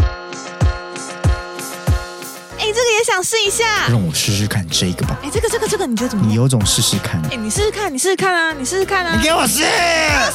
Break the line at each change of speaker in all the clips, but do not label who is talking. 哎想试一下。
让我试试看这个吧。
哎，这个这个这个，你觉得怎么
你
样？
有种试试看，
哎，你试试看，你试试看啊，你试试看啊
你，给我试，
试啊，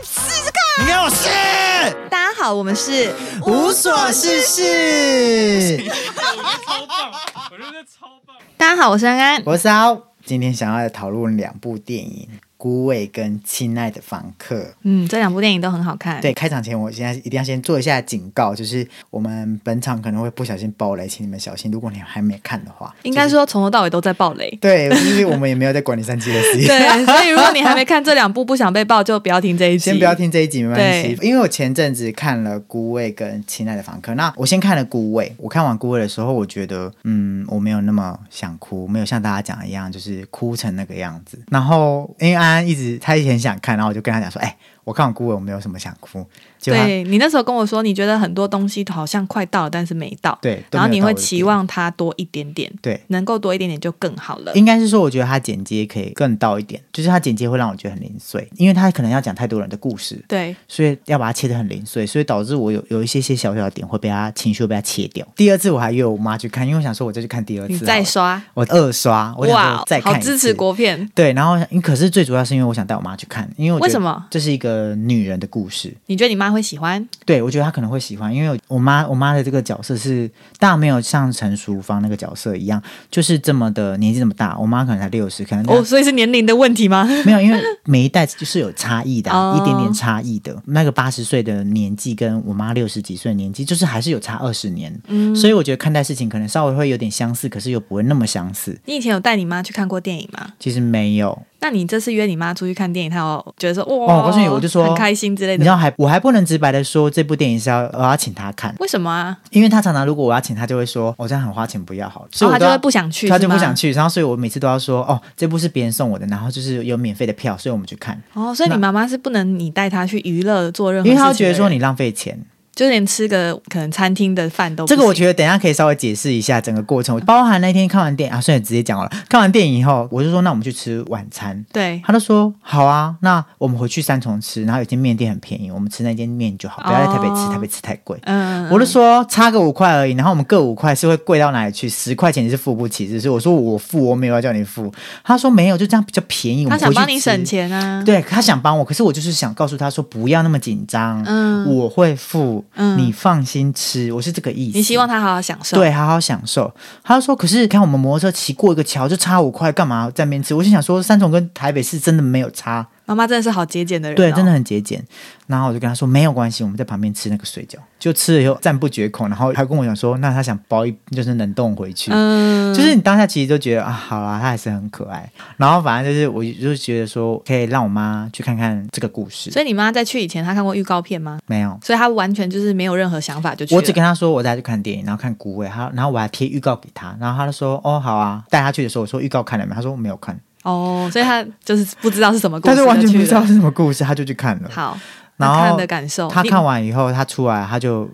你试试看。
你给我试，啊
大家好，我们是
无所事事。
超 棒，我觉得超棒。
大家好，我是安安。
我是好，今天想要来讨论两部电影《孤味》跟《亲爱的房客》。
嗯，这两部电影都很好看。
对，开场前我现在一定要先做一下警告，就是我们本场可能会不小心爆雷，请你们小心。如果你还没看的话，
应该说从头到尾都在爆雷。
对，就是我们也没有在管你三七的事 情。
对，所以如果你还没看这两部，不想被爆，就不要听这一集。
先不要听这一集没关系
对，
因为我前阵子看了《孤味》跟《亲爱的房客》，那我先看了《孤味》。我看完《孤味》的时候，我觉得，嗯，我没有那么想哭，没有像大家讲的一样，就是哭成那个样子。然后因为安安一直他一直很想看，然后我就跟他讲说，哎、我看完《孤味》，我没有什么想哭。结果他
对你那时候跟我说，你觉得很多东西好像快到了，但是没到。
对都没有
然后你会
到我的
期
点
望它多一点点，
对，
能够多一点点就更好了。
应该是说，我觉得他剪接可以更到一点，就是他剪接会让我觉得很零碎，因为他可能要讲太多人的故事，
对，
所以要把它切得很零碎，所以导致我有有一些些小小的点会被他情绪会被他切掉。第二次我还约我妈去看，因为我想说我再去看第二次
你
好了，
再刷，
我二刷，我想说再看
好
一次
支持国片，
对，然后嗯可是最主要是因为我想带我妈去看，因为我觉得
为什么
这是一个女人的故事，
你觉得你妈会喜欢？
对，我觉得她可能会喜欢，因为我妈我妈的这个角色是，当然没有像陈淑芳那个角色一样，就是这么的年纪这么大。我妈可能才六十，可能
哦，所以是年龄的问题吗？
没有，因为每一代就是有差异的、啊，
哦
一点点差异的。那个八十岁的年纪跟我妈六十几岁的年纪，就是还是有差二十年。
嗯
所以我觉得看待事情可能稍微会有点相似，可是又不会那么相似。
你以前有带你妈去看过电影吗？
其实没有，
那你这次约你妈出去看电影，她有觉得说哇，
哦我告诉你我就说
很开心之类
你知
的，
道还我还不能直白的说这部电影是要我要请她看，
为什么啊？
因为她常常如果我要请她，就会说哦我、这样很花钱，不要好了。所
然后她
以我都
哦就
要
会不想去，
他就是
吗
不想。去，然后所以我每次都要说哦，这部是别人送我的，然后就是有免费的票，所以我们去看，
哦，所以你妈妈是不能你带她去娱乐做任何
因
事情
为
的
他
人，
会觉得说你浪费钱。
就连吃个可能餐厅的饭都不
哦这个我
行
觉得等一下可以稍微解释一下整个过程，包含那天看完电影啊，算了，直接讲好了。看完电影以后，我就说那我们去吃晚餐，
对
他就说好啊，那我们回去三重吃，然后有间面店很便宜，我们吃那间面就好，不要在台北吃，
哦
台北吃太贵。
嗯，
我就说差个五块而已，然后我们各五块是会贵到哪里去？十块钱你是付不起，只是我说我付，我没有要叫你付。他说没有，就这样比较便宜。我
他
们
想
回去
帮你
吃
省钱啊。
对他想帮我，可是我就是想告诉他说不要那么紧张，
嗯
我会付，
嗯
你放心吃，我是这个意思。
你希望她好好享受。，
对，好好享受。他就说，可是看我们摩托车骑过一个桥就差五块，干嘛在那边吃？我就想说，三重跟台北市真的没有差，
妈妈真的是好节俭的人、哦，
对，真的。很节俭。然后我就跟他说没有关系，我们在旁边吃那个水饺，就吃了以后赞不绝口，然后还跟我讲说，那他想包一就是冷冻回去。
嗯，
就是你当下其实就觉得啊，好啦，他还是很可爱。然后反正就是，我就觉得说，可以让我妈去看看这个故事。
所以你妈在去以前，她看过预告片吗？
没有，
所以她完全就是没有任何想法就去了。
我只跟他说我带他去看电影，然后看古伟，他然后我还贴预告给他，然后他就说哦好啊，带他去的时候我说预告看了没？他说没有看，
哦，所以她就是不知道是什么故
他
事，
就完全不
就去
知道
了
是什么故事，他就去看了。
好，
然
那
后
看的感受，
他
你
看完以后，他出来他就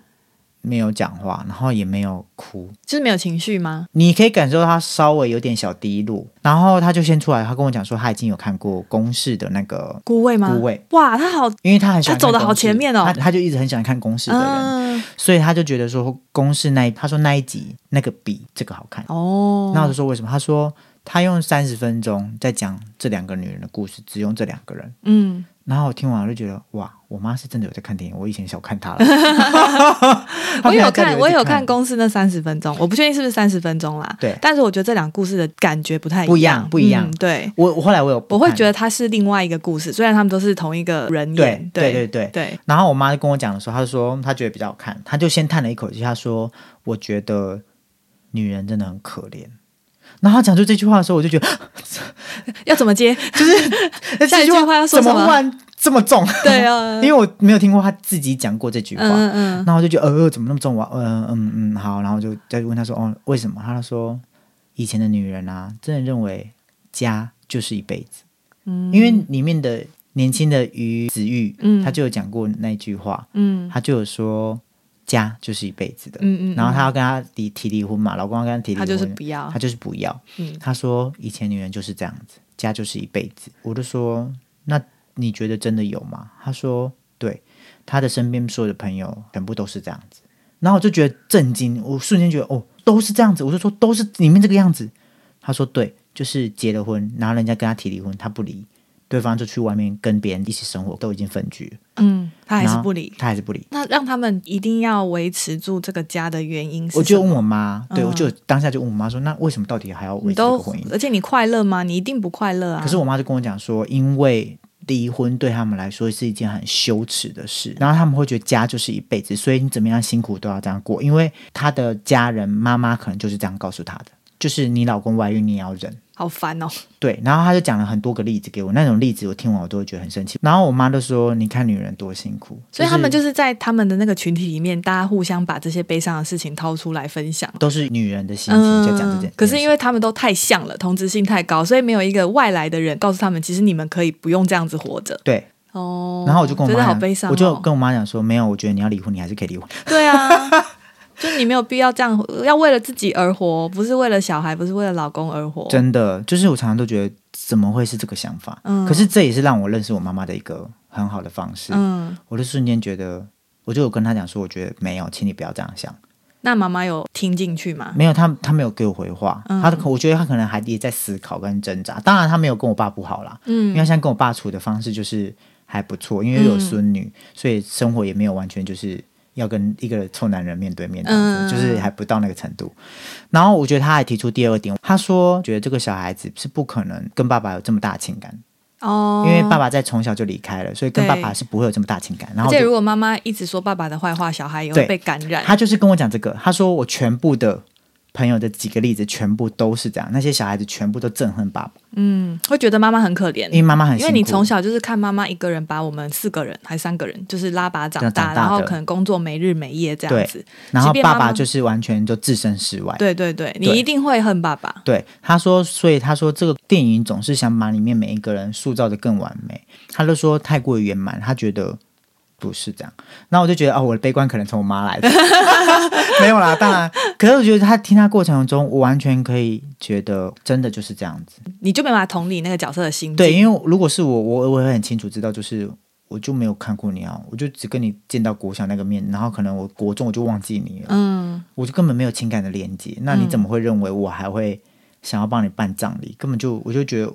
没有讲话，然后也没有哭，
就是没有情绪吗？
你可以感受到他稍微有点小低落，然后他就先出来，他跟我讲说他已经有看过公式的那个。
孤味吗？
孤味，
哇，她好，嗯
因为他很喜欢看
他走得好
公式
前面哦
他他就一直很喜欢看公式的人，
嗯，
所以他就觉得说公式那一他说那一集那个比这个好看，
哦，
那我就说为什么？他说他用三十分钟在讲这两个女人的故事，只用这两个人。
嗯，
然后我听完我就觉得，哇，我妈是真的有在看电影，我以前小看 她了。
我有
她
看，
平常真的
我有
看
看，公司那三十分钟，我不确定是不是三十分钟啦。
对
但是我觉得这两个故事的感觉不太
不一样不一样
嗯对，
我我后来我有
我会觉得
得，
它是另外一个故事，虽然他们都是同一个人
对
演。
对
对
对对。
对，
然后我妈就跟我讲的时候，她就说她觉得比较好看，她就先叹了一口气，她说我觉得女人真的很可怜。然后她讲出这句话的时候，我就觉得
要怎么接？
哎
下一
这句
句话要说
怎么
什么
忽然这么重？
对啊，
因为我没有听过她自己讲过这句话。
嗯嗯嗯，
然后我就觉得呃怎么那么重？我嗯嗯嗯好，然后就再问他说哦为什么？他说以前的女人啊，真的认为家就是一辈子，
嗯
因为里面的年轻的于子玉，
嗯
他就有讲过那句话，
嗯
他就有说家就是一辈子的，
嗯嗯，
然后他
嗯
要跟他离提离婚嘛，老公要跟他提离
他
婚，
就是不要
他，就是不要，
啊嗯
他说以前女人就是这样子，家就是一辈子。我就说，那你觉得真的有吗？他说，对，他的身边所有的朋友全部都是这样子。然后我就觉得震惊，我瞬间觉得哦，都是这样子。我就说都是你们这个样子。他说对，就是结了婚，然后人家跟他提离婚，他不离，对方就去外面跟别人一起生活，都已经分居了，
嗯，他还
然
是
后
不理。
他还是不离。
那让他们一定要维持住这个家的原因是
我就
什
问
么
我妈，对、我就
嗯
当下就问我妈说，那为什么到底还要维
你
持这个
都
婚姻，？
而且你快乐吗？你一定不快乐啊！
可是我妈就跟我讲说，因为离婚对他们来说是一件很羞耻的事，然后他们会觉得家就是一辈子，所以你怎么样辛苦都要这样过，因为他的家人妈妈可能就是这样告诉他的，就是你老公外遇你也要忍。
好烦哦，
对，然后他就讲了很多个例子给我，那种例子我听完我都会觉得很生气。然后我妈就说：“你看女人多辛苦。”
所以他们就是在他们的那个群体里面，大家互相把这些悲伤的事情掏出来分享。嗯
都是女人的心情在讲这件。
可是因为他们都太像了，同质性太高，所以没有一个外来的人告诉他们，其实你们可以不用这样子活着。
对，
哦，
然后我就跟我
觉
妈
得
讲，
好悲伤、哦，
我就跟我妈讲说：“没有，我觉得你要离婚，你还是可以离婚。”
对啊， 就你没有必要这样，要为了自己而活，不是为了小孩，不是为了老公而活。
真的，就是我常常都觉得怎么会是这个想法？
嗯
可是这也是让我认识我妈妈的一个很好的方式。
嗯，
我就瞬间觉得，我就有跟她讲说，我觉得没有，请你不要这样想。
嗯那妈妈有听进去吗？
没有，她她没有给我回话，
嗯
她我觉得她可能还也在思考跟挣扎。当然，她没有跟我爸不好啦，因
嗯
为她现在跟我爸处的方式就是还不错，因为又有孙女，
嗯
所以生活也没有完全就是。要跟一个臭男人面对面这样子，
嗯
就是还不到那个程度。然后我觉得她还提出第二点，她说觉得这个小孩子是不可能跟爸爸有这么大情感，
哦，
因为爸。爸在从小就离开了，所以跟
对
爸爸是不会有这么大情感。然
而
后
且
就
如果妈妈一直说爸爸的坏话，小孩也
对
会被感染。
他就是跟我讲这个，他说我全部的朋友的几个例子全部都是这样，那些小孩子全部都憎恨爸爸，
嗯，会觉得妈妈很可怜
因，为妈妈很
因
辛
为
苦，
你从小就是看妈妈一个人把我们四个人还三个人，就是拉拔长
长
大，
大的
然后可能工作没日没夜这样子。
然后
即便
爸
妈妈
爸就是完全就置身事外。
对对对，你
对哎
一定会恨爸爸。
对，他说，所以他说这个电影总是想把里面每一个人塑造的更完美，他就说太过于圆满，他觉得不是这样。那我就觉得哦，我的悲观可能从我妈来的， 没有啦，当然。可是我觉得他听他过程中，我完全可以觉得真的就是这样子。
你就没办法同理那个角色的心境。
对，因为如果是我，我我会很清楚知道，就是我就没有看过你啊，我就只跟你见到国小那个面，然后可能我国中我就忘记你了，
嗯，
我就根本没有情感的连接。那你
嗯
怎么会认为我还会想要帮你办葬礼？根本就我就觉得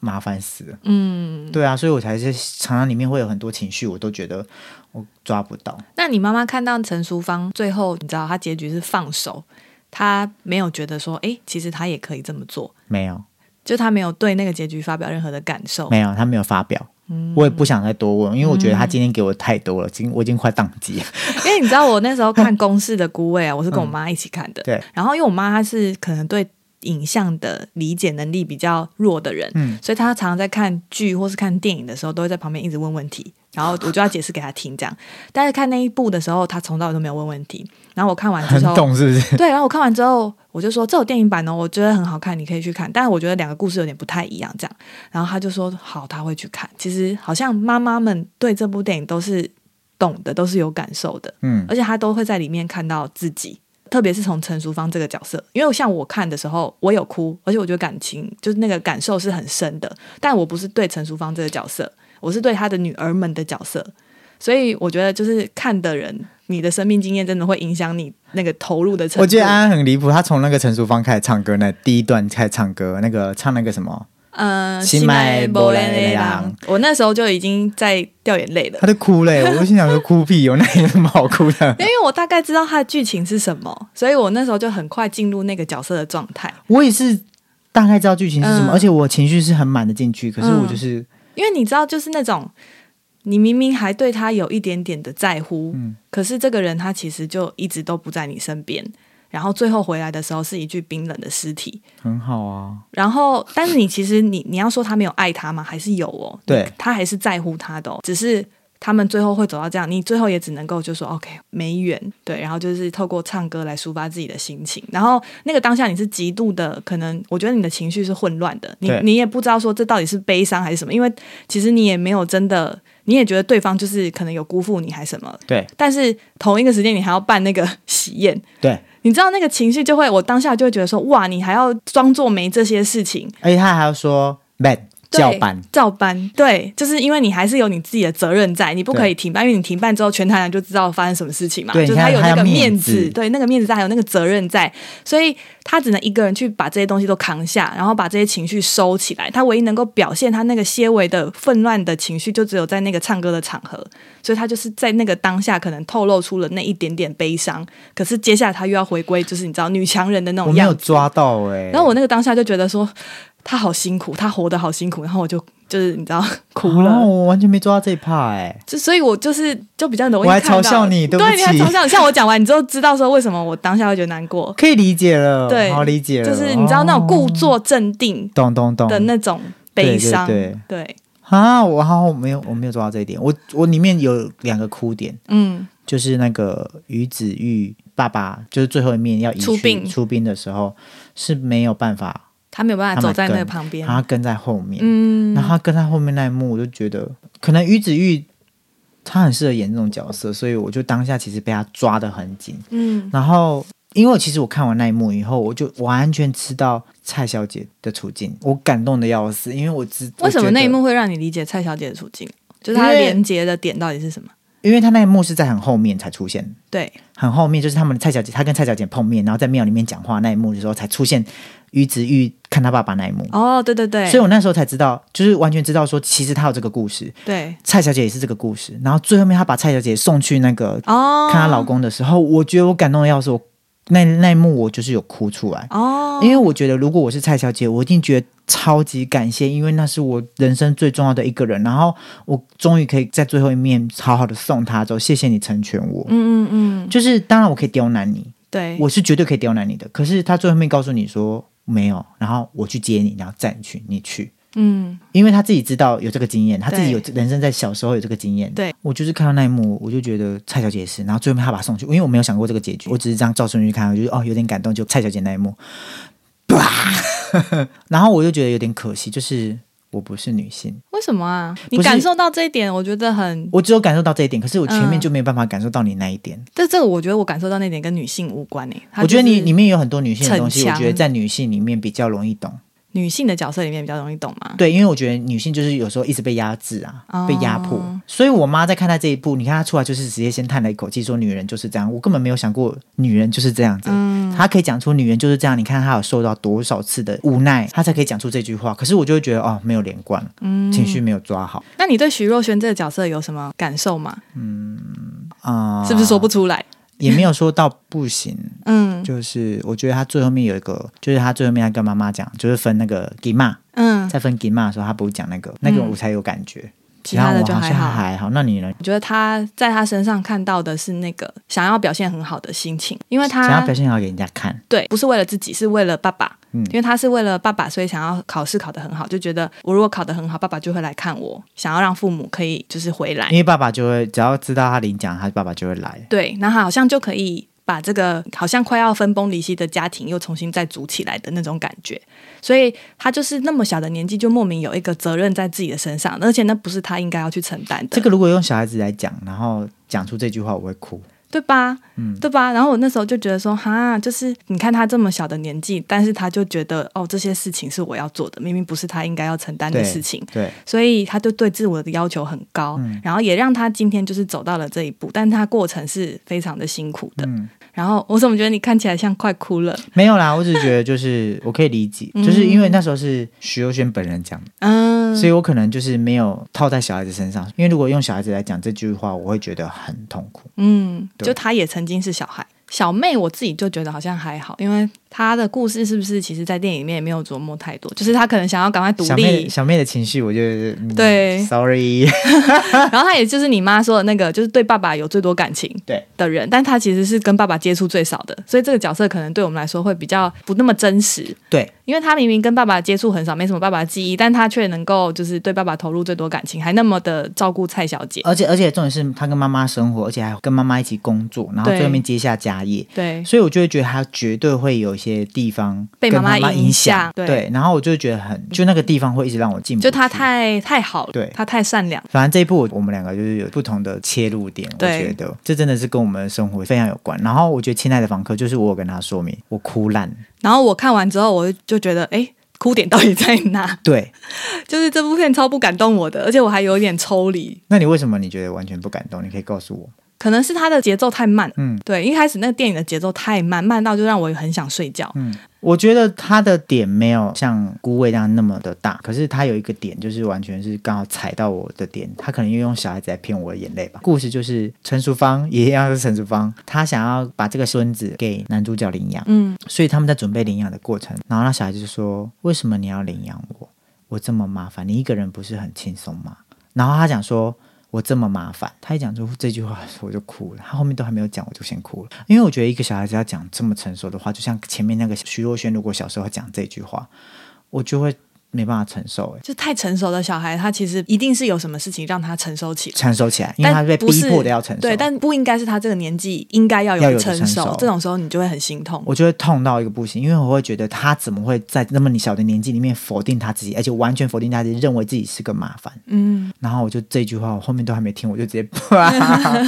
麻烦死了。
嗯，
对啊，所以我才是常常里面会有很多情绪，我都觉得我抓不到。
那你妈妈看到陈淑芳最后，你知道她结局是放手，她没有觉得说，哎、其实她也可以这么做，
没有，
就她没有对那个结局发表任何的感受。
没有，他没有发表。
嗯
我也不想再多问，因为我觉得他今天给我太多了，今、我已经快宕 机了。
因为你知道，我那时候看公式的孤味啊，我是跟我妈一起看的。
嗯对，
然后因为我妈她是可能对影像的理解能力比较弱的人，
嗯
所以她常常在看剧或是看电影的时候，都会在旁边一直问问题，然后我就要解释给她听这样。但是看那一部的时候，她从到尾都没有问问题。然后我看完
很
之后，
懂是不 是？
对，然后我看完之后，我就说这有电影版哦，我觉得很好看，你可以去看。但是我觉得两个故事有点不太一样，这样。然后他就说好，他会去看。其实好像妈妈们对这部电影都是懂的，都是有感受的，
嗯，
而且她都会在里面看到自己。特别是从陈淑芳这个角色，因为像我看的时候，我有哭，而且我觉得感情就是那个感受是很深的。但我不是对陈淑芳这个角色，我是对她的女儿们的角色。所以我觉得，就是看的人，你的生命经验真的会影响你那个投入的程度。
我觉得安安很离谱，他从那个陈淑芳开始唱歌，那第一段开始唱歌，那个唱那个什么，
嗯，
心
心
脉
脉
无
无
连
连
连
连
郎
郎，我那时候就已经在掉眼泪了
他，就哭了、欸。我就心想说，哭屁哦，那有什么好哭 的
因？为我大概知道它的剧情是什么，所以我那时候就很快进入那个角色的状态。
我也是大概知道剧情是什么，
嗯
而且我情绪是很满的进去，可是我就是、
因为你知道，就是那种你明明还对他有一点点的在乎，可是这个人他其实就一直都不在你身边，然后最后回来的时候是一具冰冷的尸体。
很好啊。
然后，但是你其实你你要说他没有爱他吗？还是有哦，
对
他还是在乎他的、哦，只是他们最后会走到这样，你最后也只能够就说 OK 没缘，对，然后就是透过唱歌来抒发自己的心情，然后那个当下你是极度的，可能我觉得你的情绪是混乱的，你
对
你也不知道说这到底是悲伤还是什么，因为其实你也没有真的，你也觉得对方就是可能有辜负你还什么，
对
但是同一个时间你还要办那个喜宴。
对，
你知道那个情绪就会，我当下就会觉得说，哇，你还要装作没这些事情，
而且他还要说 bad，叫板。
照搬，对，就是因为你还是有你自己的责任在，你不可以
对
停办，因为你停办之后，全台人就知道发生什么事情嘛，
对
就
你
他
看
有
他
那
要
个
面
面
子
对，那个面子在，还有那个责任在，所以他只能一个人去把这些东西都扛下，然后把这些情绪收起来。他唯一能够表现他那个些微的混乱的情绪，就只有在那个唱歌的场合，所以他就是在那个当下可能透露出了那一点点悲伤，可是接下来他又要回归，就是你知道女强人的那
我
种
没有
样子。
抓到哎、
然后我那个当下就觉得说，他好辛苦，他活得好辛苦，然后我就就是你知道哭了。
啊我完全没抓到这一趴哎、
就所以，我就是就比较容易
我还
看到
嘲笑你
对
对不
你还
起
嘲笑你。像我讲完，你就知道说为什么我当下会觉得难过，
可以理解了，
对
好理解了，
就是你知道那种故
哦
作镇定
懂懂懂
的那种悲伤，
对
对
啊，我好我没有我没有抓到这一点，我我里面有两个哭点，
嗯，
就是那个于子玉爸爸，就是最后一面要移去
出殡
出殡的时候是没有办法，
他没有办法
他啊们
走在那个
跟
旁边，
他跟在后面，
嗯
然后他跟在后面那一幕，我就觉得可能于子玉他很适合演这种角色，所以我就当下其实被他抓得很紧，
嗯
然后，因为其实我看完那一幕以后，我就完全知道蔡小姐的处境，我感动的要死，因为我知
为什么那一，
我
幕会让你理解蔡小姐的处境？就是她
因为
连接的点到底是什么？
觉得因为她那一幕是在很后面才出现，
对，
很后面就是他们蔡小姐，她跟蔡小姐碰面，然后在庙里面讲话那一幕的时候，才出现于子玉看她爸爸那一幕，
哦，对对对
所以，我那时候才知道，就是完全知道说，其实她有这个故事，
对，
蔡小姐也是这个故事，然后最后面她把蔡小姐送去那个
哦，
看她老公的时候，我觉得我感动的要死，我那那一幕我就是有哭出来。
哦，
因为我觉得，如果我是蔡小姐，我一定觉得超级感谢，因为那是我人生最重要的一个人。然后我终于可以在最后一面好好的送她走，谢谢你成全我。
嗯嗯嗯，
就是当然我可以刁难你，
对，
我是绝对可以刁难你的。可是她最后面告诉你说没有，然后我去接你，然后载你去，你去。
嗯
因为她自己知道有这个经验，她自己有
对
人生在小时候有这个经验。
对，
我就是看到那一幕，我就觉得蔡小姐也是，然后最后面她把她送去，因为我没有想过这个结局，我只是这样照顺序看，我就哦有点感动，就蔡小姐那一 幕，啪，然后我就觉得有点可惜，就是我不是女性，
为什么啊？你
不是
感受到这一点，我觉得很，
我只有感受到这一点，可是我前面
嗯
就没有办法感受到你那一点。
但这个我觉得我感受到那点跟女性无关诶、它
我觉得
就是
你里面有很多女性的东西，
逞
我
强
觉得在女性里面比较容易懂。
女性的角色里面比较容易懂嘛。
对，因为我觉得女性就是有时候一直被压制啊，
哦
被压迫。所以我妈在看待这一部，你看她出来就是直接先叹了一口气，说女人就是这样。我根本没有想过女人就是这样子，
嗯
她可以讲出女人就是这样。你看她有受到多少次的无奈，她才可以讲出这句话。可是我就会觉得哦，没有连贯，
嗯
情绪没有 抓好
那你对徐若瑄这个角色有什么感受吗？
啊，
是不是说不出来？
也没有说到不行。
嗯
就是我觉得她最后面有一个，就是她最后面她跟妈妈讲，就是分那个给骂。
嗯，
在分给骂的时候，她不是讲那个，那个我才有感觉。
其他的
我
就
好
还
像
好。
还好，那你呢？
我觉得她在她身上看到的是那个想要表现很好的心情，因为
想要
她
表现好给人家看，
对不是为了自己，是为了爸爸。
嗯
因为她是为了爸爸，所以想要考试考得很好，就觉得我如果考得很好，爸爸就会来看我，想要让父母可以就是回来
因。为爸爸就会只要知道他领奖，他爸爸就会来。
对，那他好像就可以把这个好像快要分崩离析的家庭又重新再组起来的那种感觉，所以他就是那么小的年纪就莫名有一个责任在自己的身上，而且那不是他应该要去承担的，
这个如果用小孩子来讲，然后讲出这句话，我 会哭。
对吧？
嗯
对吧？然后我那时候就觉得说，哈，就是你看他这么小的年纪，但是他就觉得哦，这些事情是我要做的，明明不是他应该要承担的
对
事情。
对，嗯
所以他就对自我的要求很高，然后也让他今天就是走到了这一步，但他过程是非常的辛苦的。
嗯
然后我怎么觉得你看起来像快哭了？
没有啦，我只是觉得就是我可以理解，就是因为那时候是徐若瑄本人讲，的，
嗯，
所以我可能就是没有套在小孩子身上。因为如果用小孩子来讲这句话，我会觉得很痛苦。
嗯，
对
就他也曾经是小孩。小妹，我自己就觉得好像还好，因为她的故事是不是其实，在电影里面也没有琢磨太多，就是她可能想要赶快独
小妹
立
的，小妹的情绪，我就是、嗯
对
，sorry，
然后她也就是你妈说的那个，就是对爸爸有最多感情
对
的人，但她其实是跟爸爸接触最少的，所以这个角色可能对我们来说会比较不那么真实，
对，
因为她明明跟爸爸接触很少，没什么爸爸记忆，但她却能够就是对爸爸投入最多感情，还那么的照顾蔡小姐，
而且而且重点是她跟妈妈生活，而且还跟妈妈一起工作，然后
对
最后面接下家业，
对，
所以我就会觉得他绝对会有一些地方
被妈
跟
妈
妈
影
影
响对
对，然后我就会觉得很，就那个地方会一直让我进步。
就她，太太好了，
对
她太善良了。
反正这一部我我们两个就是有不同的切入点，我
对
觉得这真的是跟我们的生活非常有关。然后我觉得《亲爱的房客》就是我有跟他说明，我哭烂，
然后我看完之后，我就觉得，哎，哭点到底在哪？
对，
就是这部片超不感动我的，而且我还有一点抽离，
那你为什么你觉得完全不感动？你可以告诉我。
可能是它的节奏太慢。
嗯，
对，一开始那个电影的节奏太慢，慢到就让我很想睡觉。
嗯，我觉得他的点没有像孤味那样那么的大，可是他有一个点就是完全是刚好踩到我的点，他可能又用小孩子来骗我的眼泪吧。故事就是陈淑芳也一样是陈淑芳，她想要把这个孙子给男主角领养，
嗯，
所以他们在准备领养的过程，然后那小孩子就说：“为什么你要领养我？我这么麻烦，你一个人不是很轻松吗？”然后他讲说：“我这么麻烦。”他一讲出这句话，我就哭了。他后面都还没有讲，我就先哭了，因为我觉得一个小孩子要讲这么成熟的话，就像前面那个徐若瑄，如果小时候讲这句话，我就会没办法承受、欸，
就太成熟的小孩，他其实一定是有什么事情让他成熟起来。
承受起来，因为他
但
被
不
逼
是
迫的要承受。
对，但不应该是他这个年纪应该要有
要有的
成
成熟
这种时候你就会很心痛。
我就会痛到一个不行，因为我会觉得他怎么会在那么小的年纪里面否定他自己，而且完全否定他自己，认为自己是个麻烦。
嗯，
然后我就这句话，我后面都还没听，我就直接 啪，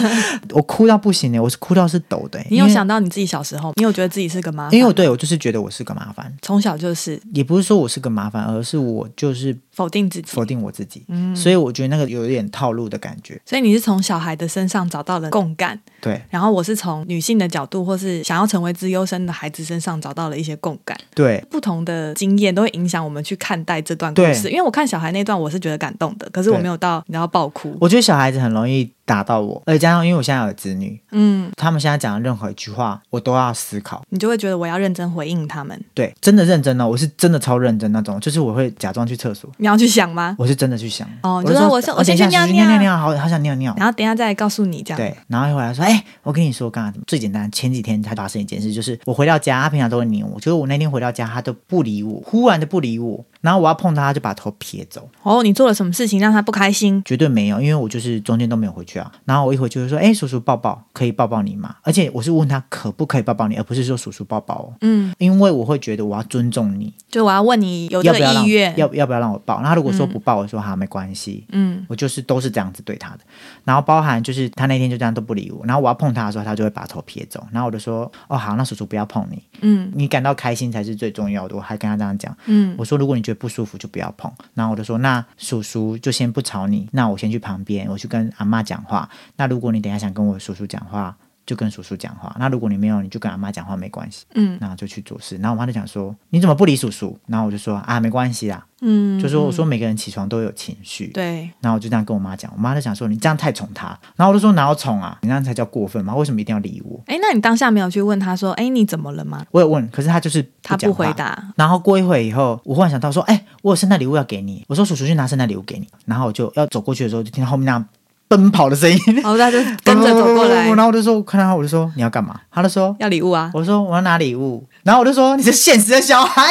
我哭到不行呢、我是哭到是抖的、欸。
你
因
有
为
想？到你自己小时候吗，你有觉得自己是个麻烦？
因为我对我就是觉得我是个麻烦，
从小就是
也不是说我是个麻烦，而是我就是
否定自己，
否定我自己。
嗯
所以我觉得那个有一点套路的感觉。
所以你是从小孩的身上找到了共感，
对
然后我是从女性的角度，或是想要成为资优生的孩子身上找到了一些共感。
对，
不同的经验都会影响我们去看待这段故
对
事。因为我看小孩那段，我是觉得感动的，可是我
对
没有到你要爆哭。
我觉得小孩子很容易打到我，而且加上因为我现在有子女，
嗯，
他们现在讲的任何一句话，我都要思考。
你就会觉得我要认真回应他们。
对，真的认真哦，我是真的超认真那种，就是我会假装去厕所，
你要去想吗？
我是真的去想。
哦
就
就是
说
我先
等一
我先去
下
尿
尿
尿
尿，好好想尿尿。
然后等一下再来告诉你这样。
对，然后一回来说，哎、我跟你说，刚刚最简单，前几天才发生一件事，就是我回到家，他平常都会黏我，就是我那天回到家，他都不理我，忽然就不理我，然后我要碰他，他就把头撇走，
哦，你做了什么事情让他不开心？
绝对没有，因为我就是中间都没有回去啊。然后我一回去就说，哎、叔叔抱抱，可以抱抱你吗？而且我是问他可不可以抱抱你，而不是说叔叔抱抱哦，
嗯，
因为我会觉得我要尊重你，
就我要问你有这
要
个
不要让
意愿，
要要不要让我抱？那他如果说不抱，我说好，没关系。
嗯，
我就是都是这样子对他的，然后包含就是他那天就这样都不理我，然后我要碰他的时候，他就会把头撇走，然后我就说哦好，那叔叔不要碰你，
嗯，
你感到开心才是最重要的。我还跟他这样讲，
嗯，
我说如果你觉得不舒服就不要碰，然后我就说那叔叔就先不吵你，那我先去旁边，我去跟阿妈讲话。那如果你等一下想跟我叔叔讲话，就跟叔叔讲话，那如果你没有，你就跟阿妈讲话没关系，
嗯，
然后就去做事。然后我妈就讲说你怎么不理叔叔？然后我就说啊没关系啦，
嗯，哎
就说我说每个人起床都有情绪，
对，
然后我就这样跟我妈讲，我妈就想说你这样太宠她，然后我就说哪有宠啊，你那样才叫过分嘛，为什么一定要理我？
哎，那你当下没有去问他说，哎，你怎么了吗？
我有问，可是她就是
他
讲
不
话
回。答，
然后过一会以后，我忽然想到说，哎、我有圣诞礼物要给你。我说叔叔去拿圣诞礼物给你。然后我就要走过去的时候，就听到后面那样奔跑的声音，
然哦后他就跟着走过来
然后我就说，我看到他，我就说你要干嘛？他就说，
要礼物啊。
我说我要拿礼物。然后我就说你是现实的小孩。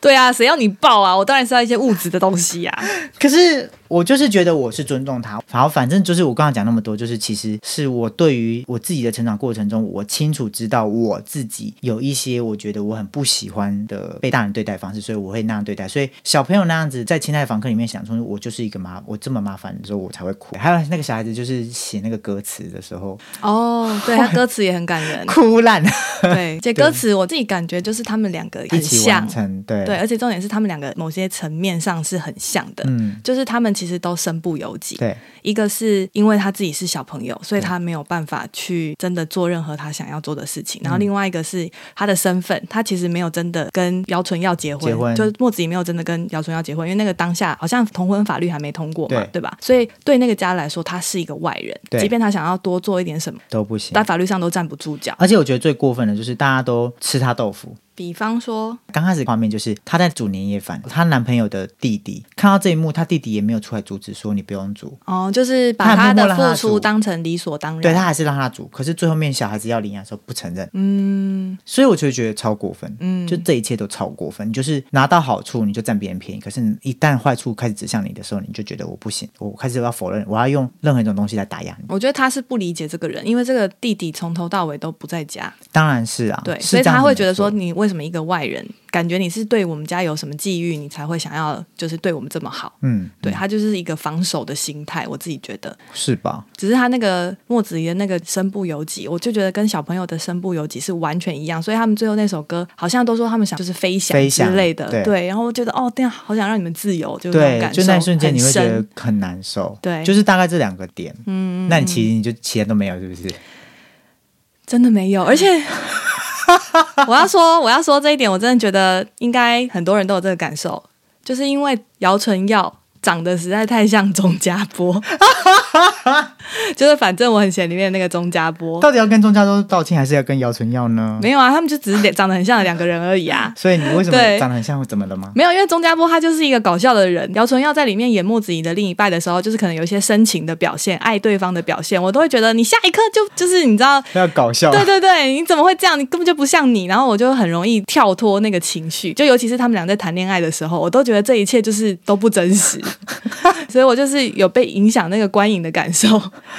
对啊，谁要你抱啊？我当然是要一些物质的东西呀、啊。
可是我就是觉得我是尊重他，然后反正就是我刚刚讲那么多，就是其实是我对于我自己的成长过程中，我清楚知道我自己有一些我觉得我很不喜欢的被大人对待方式，所以我会那样对待。所以小朋友那样子在亲爱的房客里面想说，我就是一个麻，我这么麻烦的时候我才会哭。还有那个小孩子就是写那个歌词的时候，
哦，对他歌词也很感人
哭烂，
对，这歌词我自己感觉就是他们两个
一
很
起完
像，
成，对
对，而且重点是他们两个某些层面上是很像的，
嗯，
就是他们其实都身不由己。
对
一个是因为他自己是小朋友，所以他没有办法去真的做任何他想要做的事
嗯
情。然后另外一个是他的身份，他其实没有真的跟姚纯耀结婚，
结婚
就是墨子怡没有真的跟姚纯耀结婚，因为那个当下好像同婚法律还没通过嘛，
对
对吧？所以对那个家来说，他是一个外人，
对
即便他想要多做一点什么，
都不行
在。法律上都站不住脚。
而且我觉得最过分的就是大家都吃他豆腐，
比方说，
刚开始画面就是她在煮年夜饭，她男朋友的弟弟看到这一幕，她弟弟也没有出来阻止说你不用煮，
哦，就是把
他
他
很默默
的
让他
付出
煮
当成理所当然，
对她还是让她煮。可是最后面小孩子要领养的时候不承认，
嗯，
所以我就觉得超过分，
嗯
就这一切都超过分。你就是拿到好处你就占别人便宜，可是你一旦坏处开始指向你的时候，你就觉得我不行，我开始要否认，我要用任何一种东西来打压你。
我觉得他是不理解这个人，因为这个弟弟从头到尾都不在家，
当然是啊，
对，
是
所以
这样
他
子
会
没
觉得说
错
你为什么一个外人感觉你是对我们家有什么际遇，你才会想要就是对我们这么好。
嗯，
对他就是一个防守的心态，我自己觉得，
是吧？
只是他那个墨子怡的那个身不由己，我就觉得跟小朋友的身不由己是完全一样，所以他们最后那首歌好像都说他们想就是飞翔
飞
之
翔
类的，
对
然后我觉得哦，对啊，好想让你们自由，就那种
对，
感受
就那一瞬间你会觉
很
得
深
很难受，
对
就是大概这两个点，嗯，那你其实你就其他都没有，是不是？
真的 没有，而且我要说， 我要说这一点，我真的觉得应该很多人都有这个感受，就是因为姚纯耀长得实在太像钟家波， 就是反正我很闲里面那个钟家波，
到底要跟钟嘉洲道歉，还是要跟姚纯耀呢？
没有啊，他们就只是脸长得很像的两个人而已啊。
所以你为什么
对
长得很像，怎么了吗？
没有，因为钟家波他就是一个搞笑的人。姚纯耀在里面演莫子仪的另一半的时候，就是可能有一些深情的表现、爱对方的表现，我都会觉得你下一刻就 就是你知道
要搞笑，
对对对，你怎么会这样？你根本就不像你。然后我就很容易跳脱那个情绪，就尤其是他们俩在谈恋爱的时候，我都觉得这一切就是都不真 实，所以我就是有被影响那个观影的感受，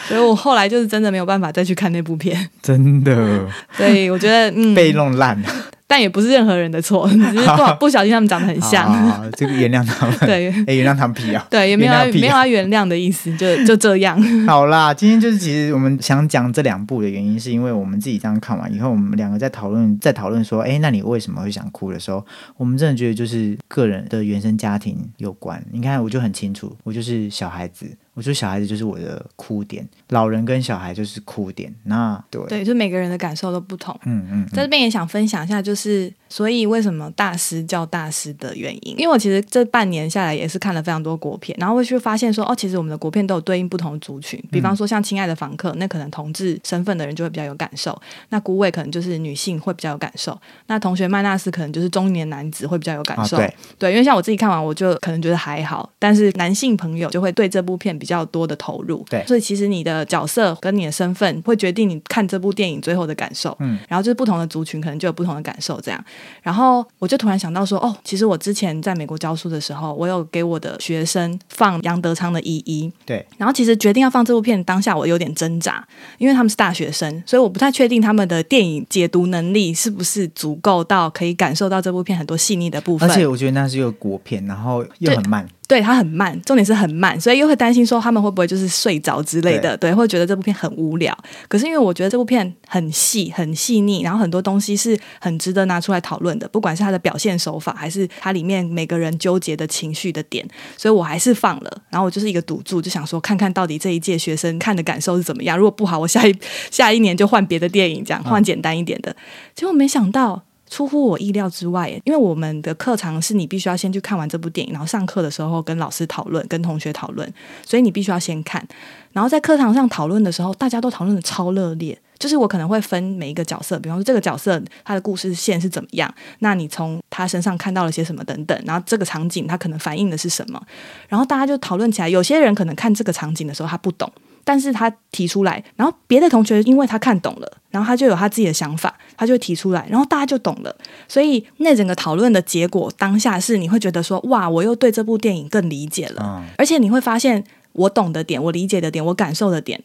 所以我后来就是真的没有办法再去看那部 片。
真的
所以我觉得，嗯，
被弄烂，
但也不是任何人的错，只是不 好不小心他们长得很像，
啊，这个原谅他们，
对
哎，原谅他们 屁啊，
对，也没有要
原谅屁啊
没有要原谅的意思，就就这样。
好啦，今天就是其实我们想讲这两部的原因，是因为我们自己这样看完以后，我们两个在讨论，在讨论说，哎、那你为什么会想哭的时候，我们真的觉得就是个人的原生家庭有关。你看，我就很清楚，我就是小孩子，我说小孩子就是我的哭点，老人跟小孩就是哭点。那对，
对，就每个人的感受都不同。
嗯嗯
在这边也想分享一下，就是所以为什么大师叫大师的原因，因为我其实这半年下来也是看了非常多国片，然后会去发现说，哦，其实我们的国片都有对应不同的族群，
嗯
比方说像《亲爱的房客》，那可能同志身份的人就会比较有感受；那《孤味》可能就是女性会比较有感受；那《同学麦纳斯》可能就是中年男子会比较有感
啊
受。
对，
对，因为像我自己看完，我就可能觉得还好，但是男性朋友就会对这部片比较多的投入。
对
所以其实你的角色跟你的身份会决定你看这部电影最后的感受。
嗯，
然后就是不同的族群可能就有不同的感受这样。然后我就突然想到说，哦，其实我之前在美国教书的时候，我有给我的学生放杨德昌的《一一》，
对，
然后其实决定要放这部片当下，我有点挣扎，因为他们是大学生，所以我不太确定他们的电影解读能力是不是足够到可以感受到这部片很多细腻的部
而
分。
且我觉得那是一个国片，然后又很慢，
对它很慢，重点是很慢，所以又会担心说他们会不会就是睡着之类的，对，会觉得这部片很无聊。可是因为我觉得这部片很细、很细腻，然后很多东西是很值得拿出来讨论的，不管是它的表现手法，还是它里面每个人纠结的情绪的点，所以我还是放了。然后我就是一个赌注，就想说看看到底这一届学生看的感受是怎么样。如果不好，我下一下一年就换别的电影，这样换简单一点的。结果没想到。出乎我意料之外耶，因为我们的课堂是你必须要先去看完这部电影，然后上课的时候跟老师讨论、跟同学讨论，所以你必须要先看。然后在课堂上讨论的时候，大家都讨论的超热烈。就是我可能会分每一个角色，比方说这个角色他的故事线是怎么样，那你从他身上看到了些什么等等，然后这个场景他可能反映的是什么，然后大家就讨论起来。有些人可能看这个场景的时候他不懂，但是他提出来，然后别的同学因为他看懂了，然后他就有他自己的想法，他就会提出来，然后大家就懂了。所以那整个讨论的结果当下是你会觉得说，哇，我又对这部电影更理解了，
嗯
而且你会发现我懂的点、我理解的点、我感受的点。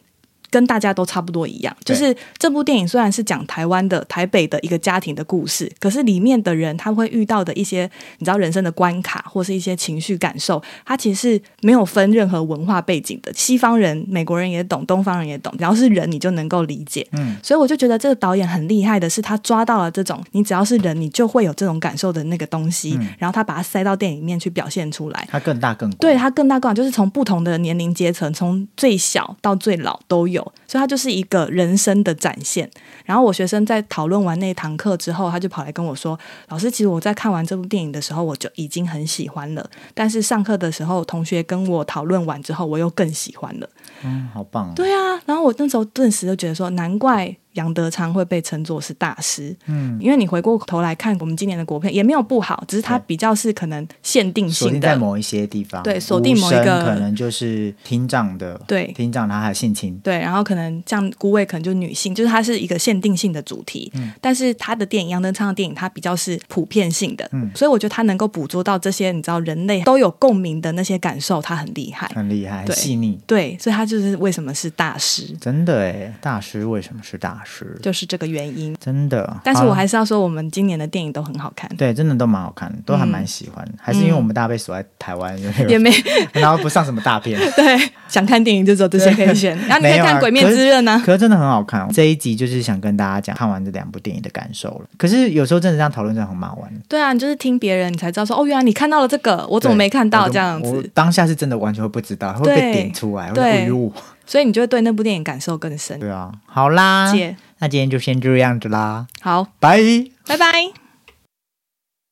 跟大家都差不多一样，就
对
是这部电影虽然是讲台湾的台北的一个家庭的故事，可是里面的人他会遇到的一些你知道人生的关卡或是一些情绪感受，它其实是没有分任何文化背景的。西方人、美国人也懂，东方人也懂，只要是人你就能够理解。
嗯，
所以我就觉得这个导演很厉害的是，他抓到了这种你只要是人你就会有这种感受的那个东西，
嗯
然后他把它塞到电影里面去表现出来。
它更大更广，
对它更大更广，就是从不同的年龄阶层，从最小到最老都有，所以它就是一个人生的展现。然后我学生在讨论完那堂课之后，他就跑来跟我说：“老师，其实我在看完这部电影的时候，我就已经很喜欢了，但是上课的时候，同学跟我讨论完之后，我又更喜欢了。”
嗯，好棒哦，
对啊，然后我那时候顿时就觉得说，难怪杨德昌会被称作是大师，嗯，因为你回过头来看我们今年的国片也没有不好，只是它
对
比较是可能限定
锁
性
定在
的。
某一些地方，
对锁定某一
无声
个
可能就是厅长的，
对
厅长他还有性侵，
对，然后可能像孤味，可能就是女性，就是它是一个限定性的主题，
嗯
但是他的电影杨德昌的电影，它比较是普遍性的，
嗯
所以我觉得他能够捕捉到这些你知道人类都有共鸣的那些感受，他很厉
嗯
害，
很厉害，很
对
细腻。
对，所以他就是为什么是大师，
真的哎，大师为什么是大师，
就是这个原因。
真的。
但是
好啊
我
了
还是要说，我们今年的电影都很好看，
对，真的都蛮好看的，都还蛮喜欢的。还是因为我们大家被锁在台 湾，
嗯也没
然后不上什么 大片。
对，想看电影就只有这些可以 选。然后你可
没
以
有啊
看《鬼灭之刃》呢
可，是真的很好看、哦。这一集就是想跟大家讲看完这两部电影的感受了。可是有时候真的这样讨论真的很蛮好玩的。
对啊，你就是听别人你才知道说，哦，原来你看到了这个，我怎么
对
没看到
我
这样
我
子？
当下是真的完全会不知道，会
对
被点出来，会
对
哎呦，
所以你就会对那部电影感受更深。
对啊，好啦，
姐，
那今天就先这样子啦，
好，
拜。
拜拜。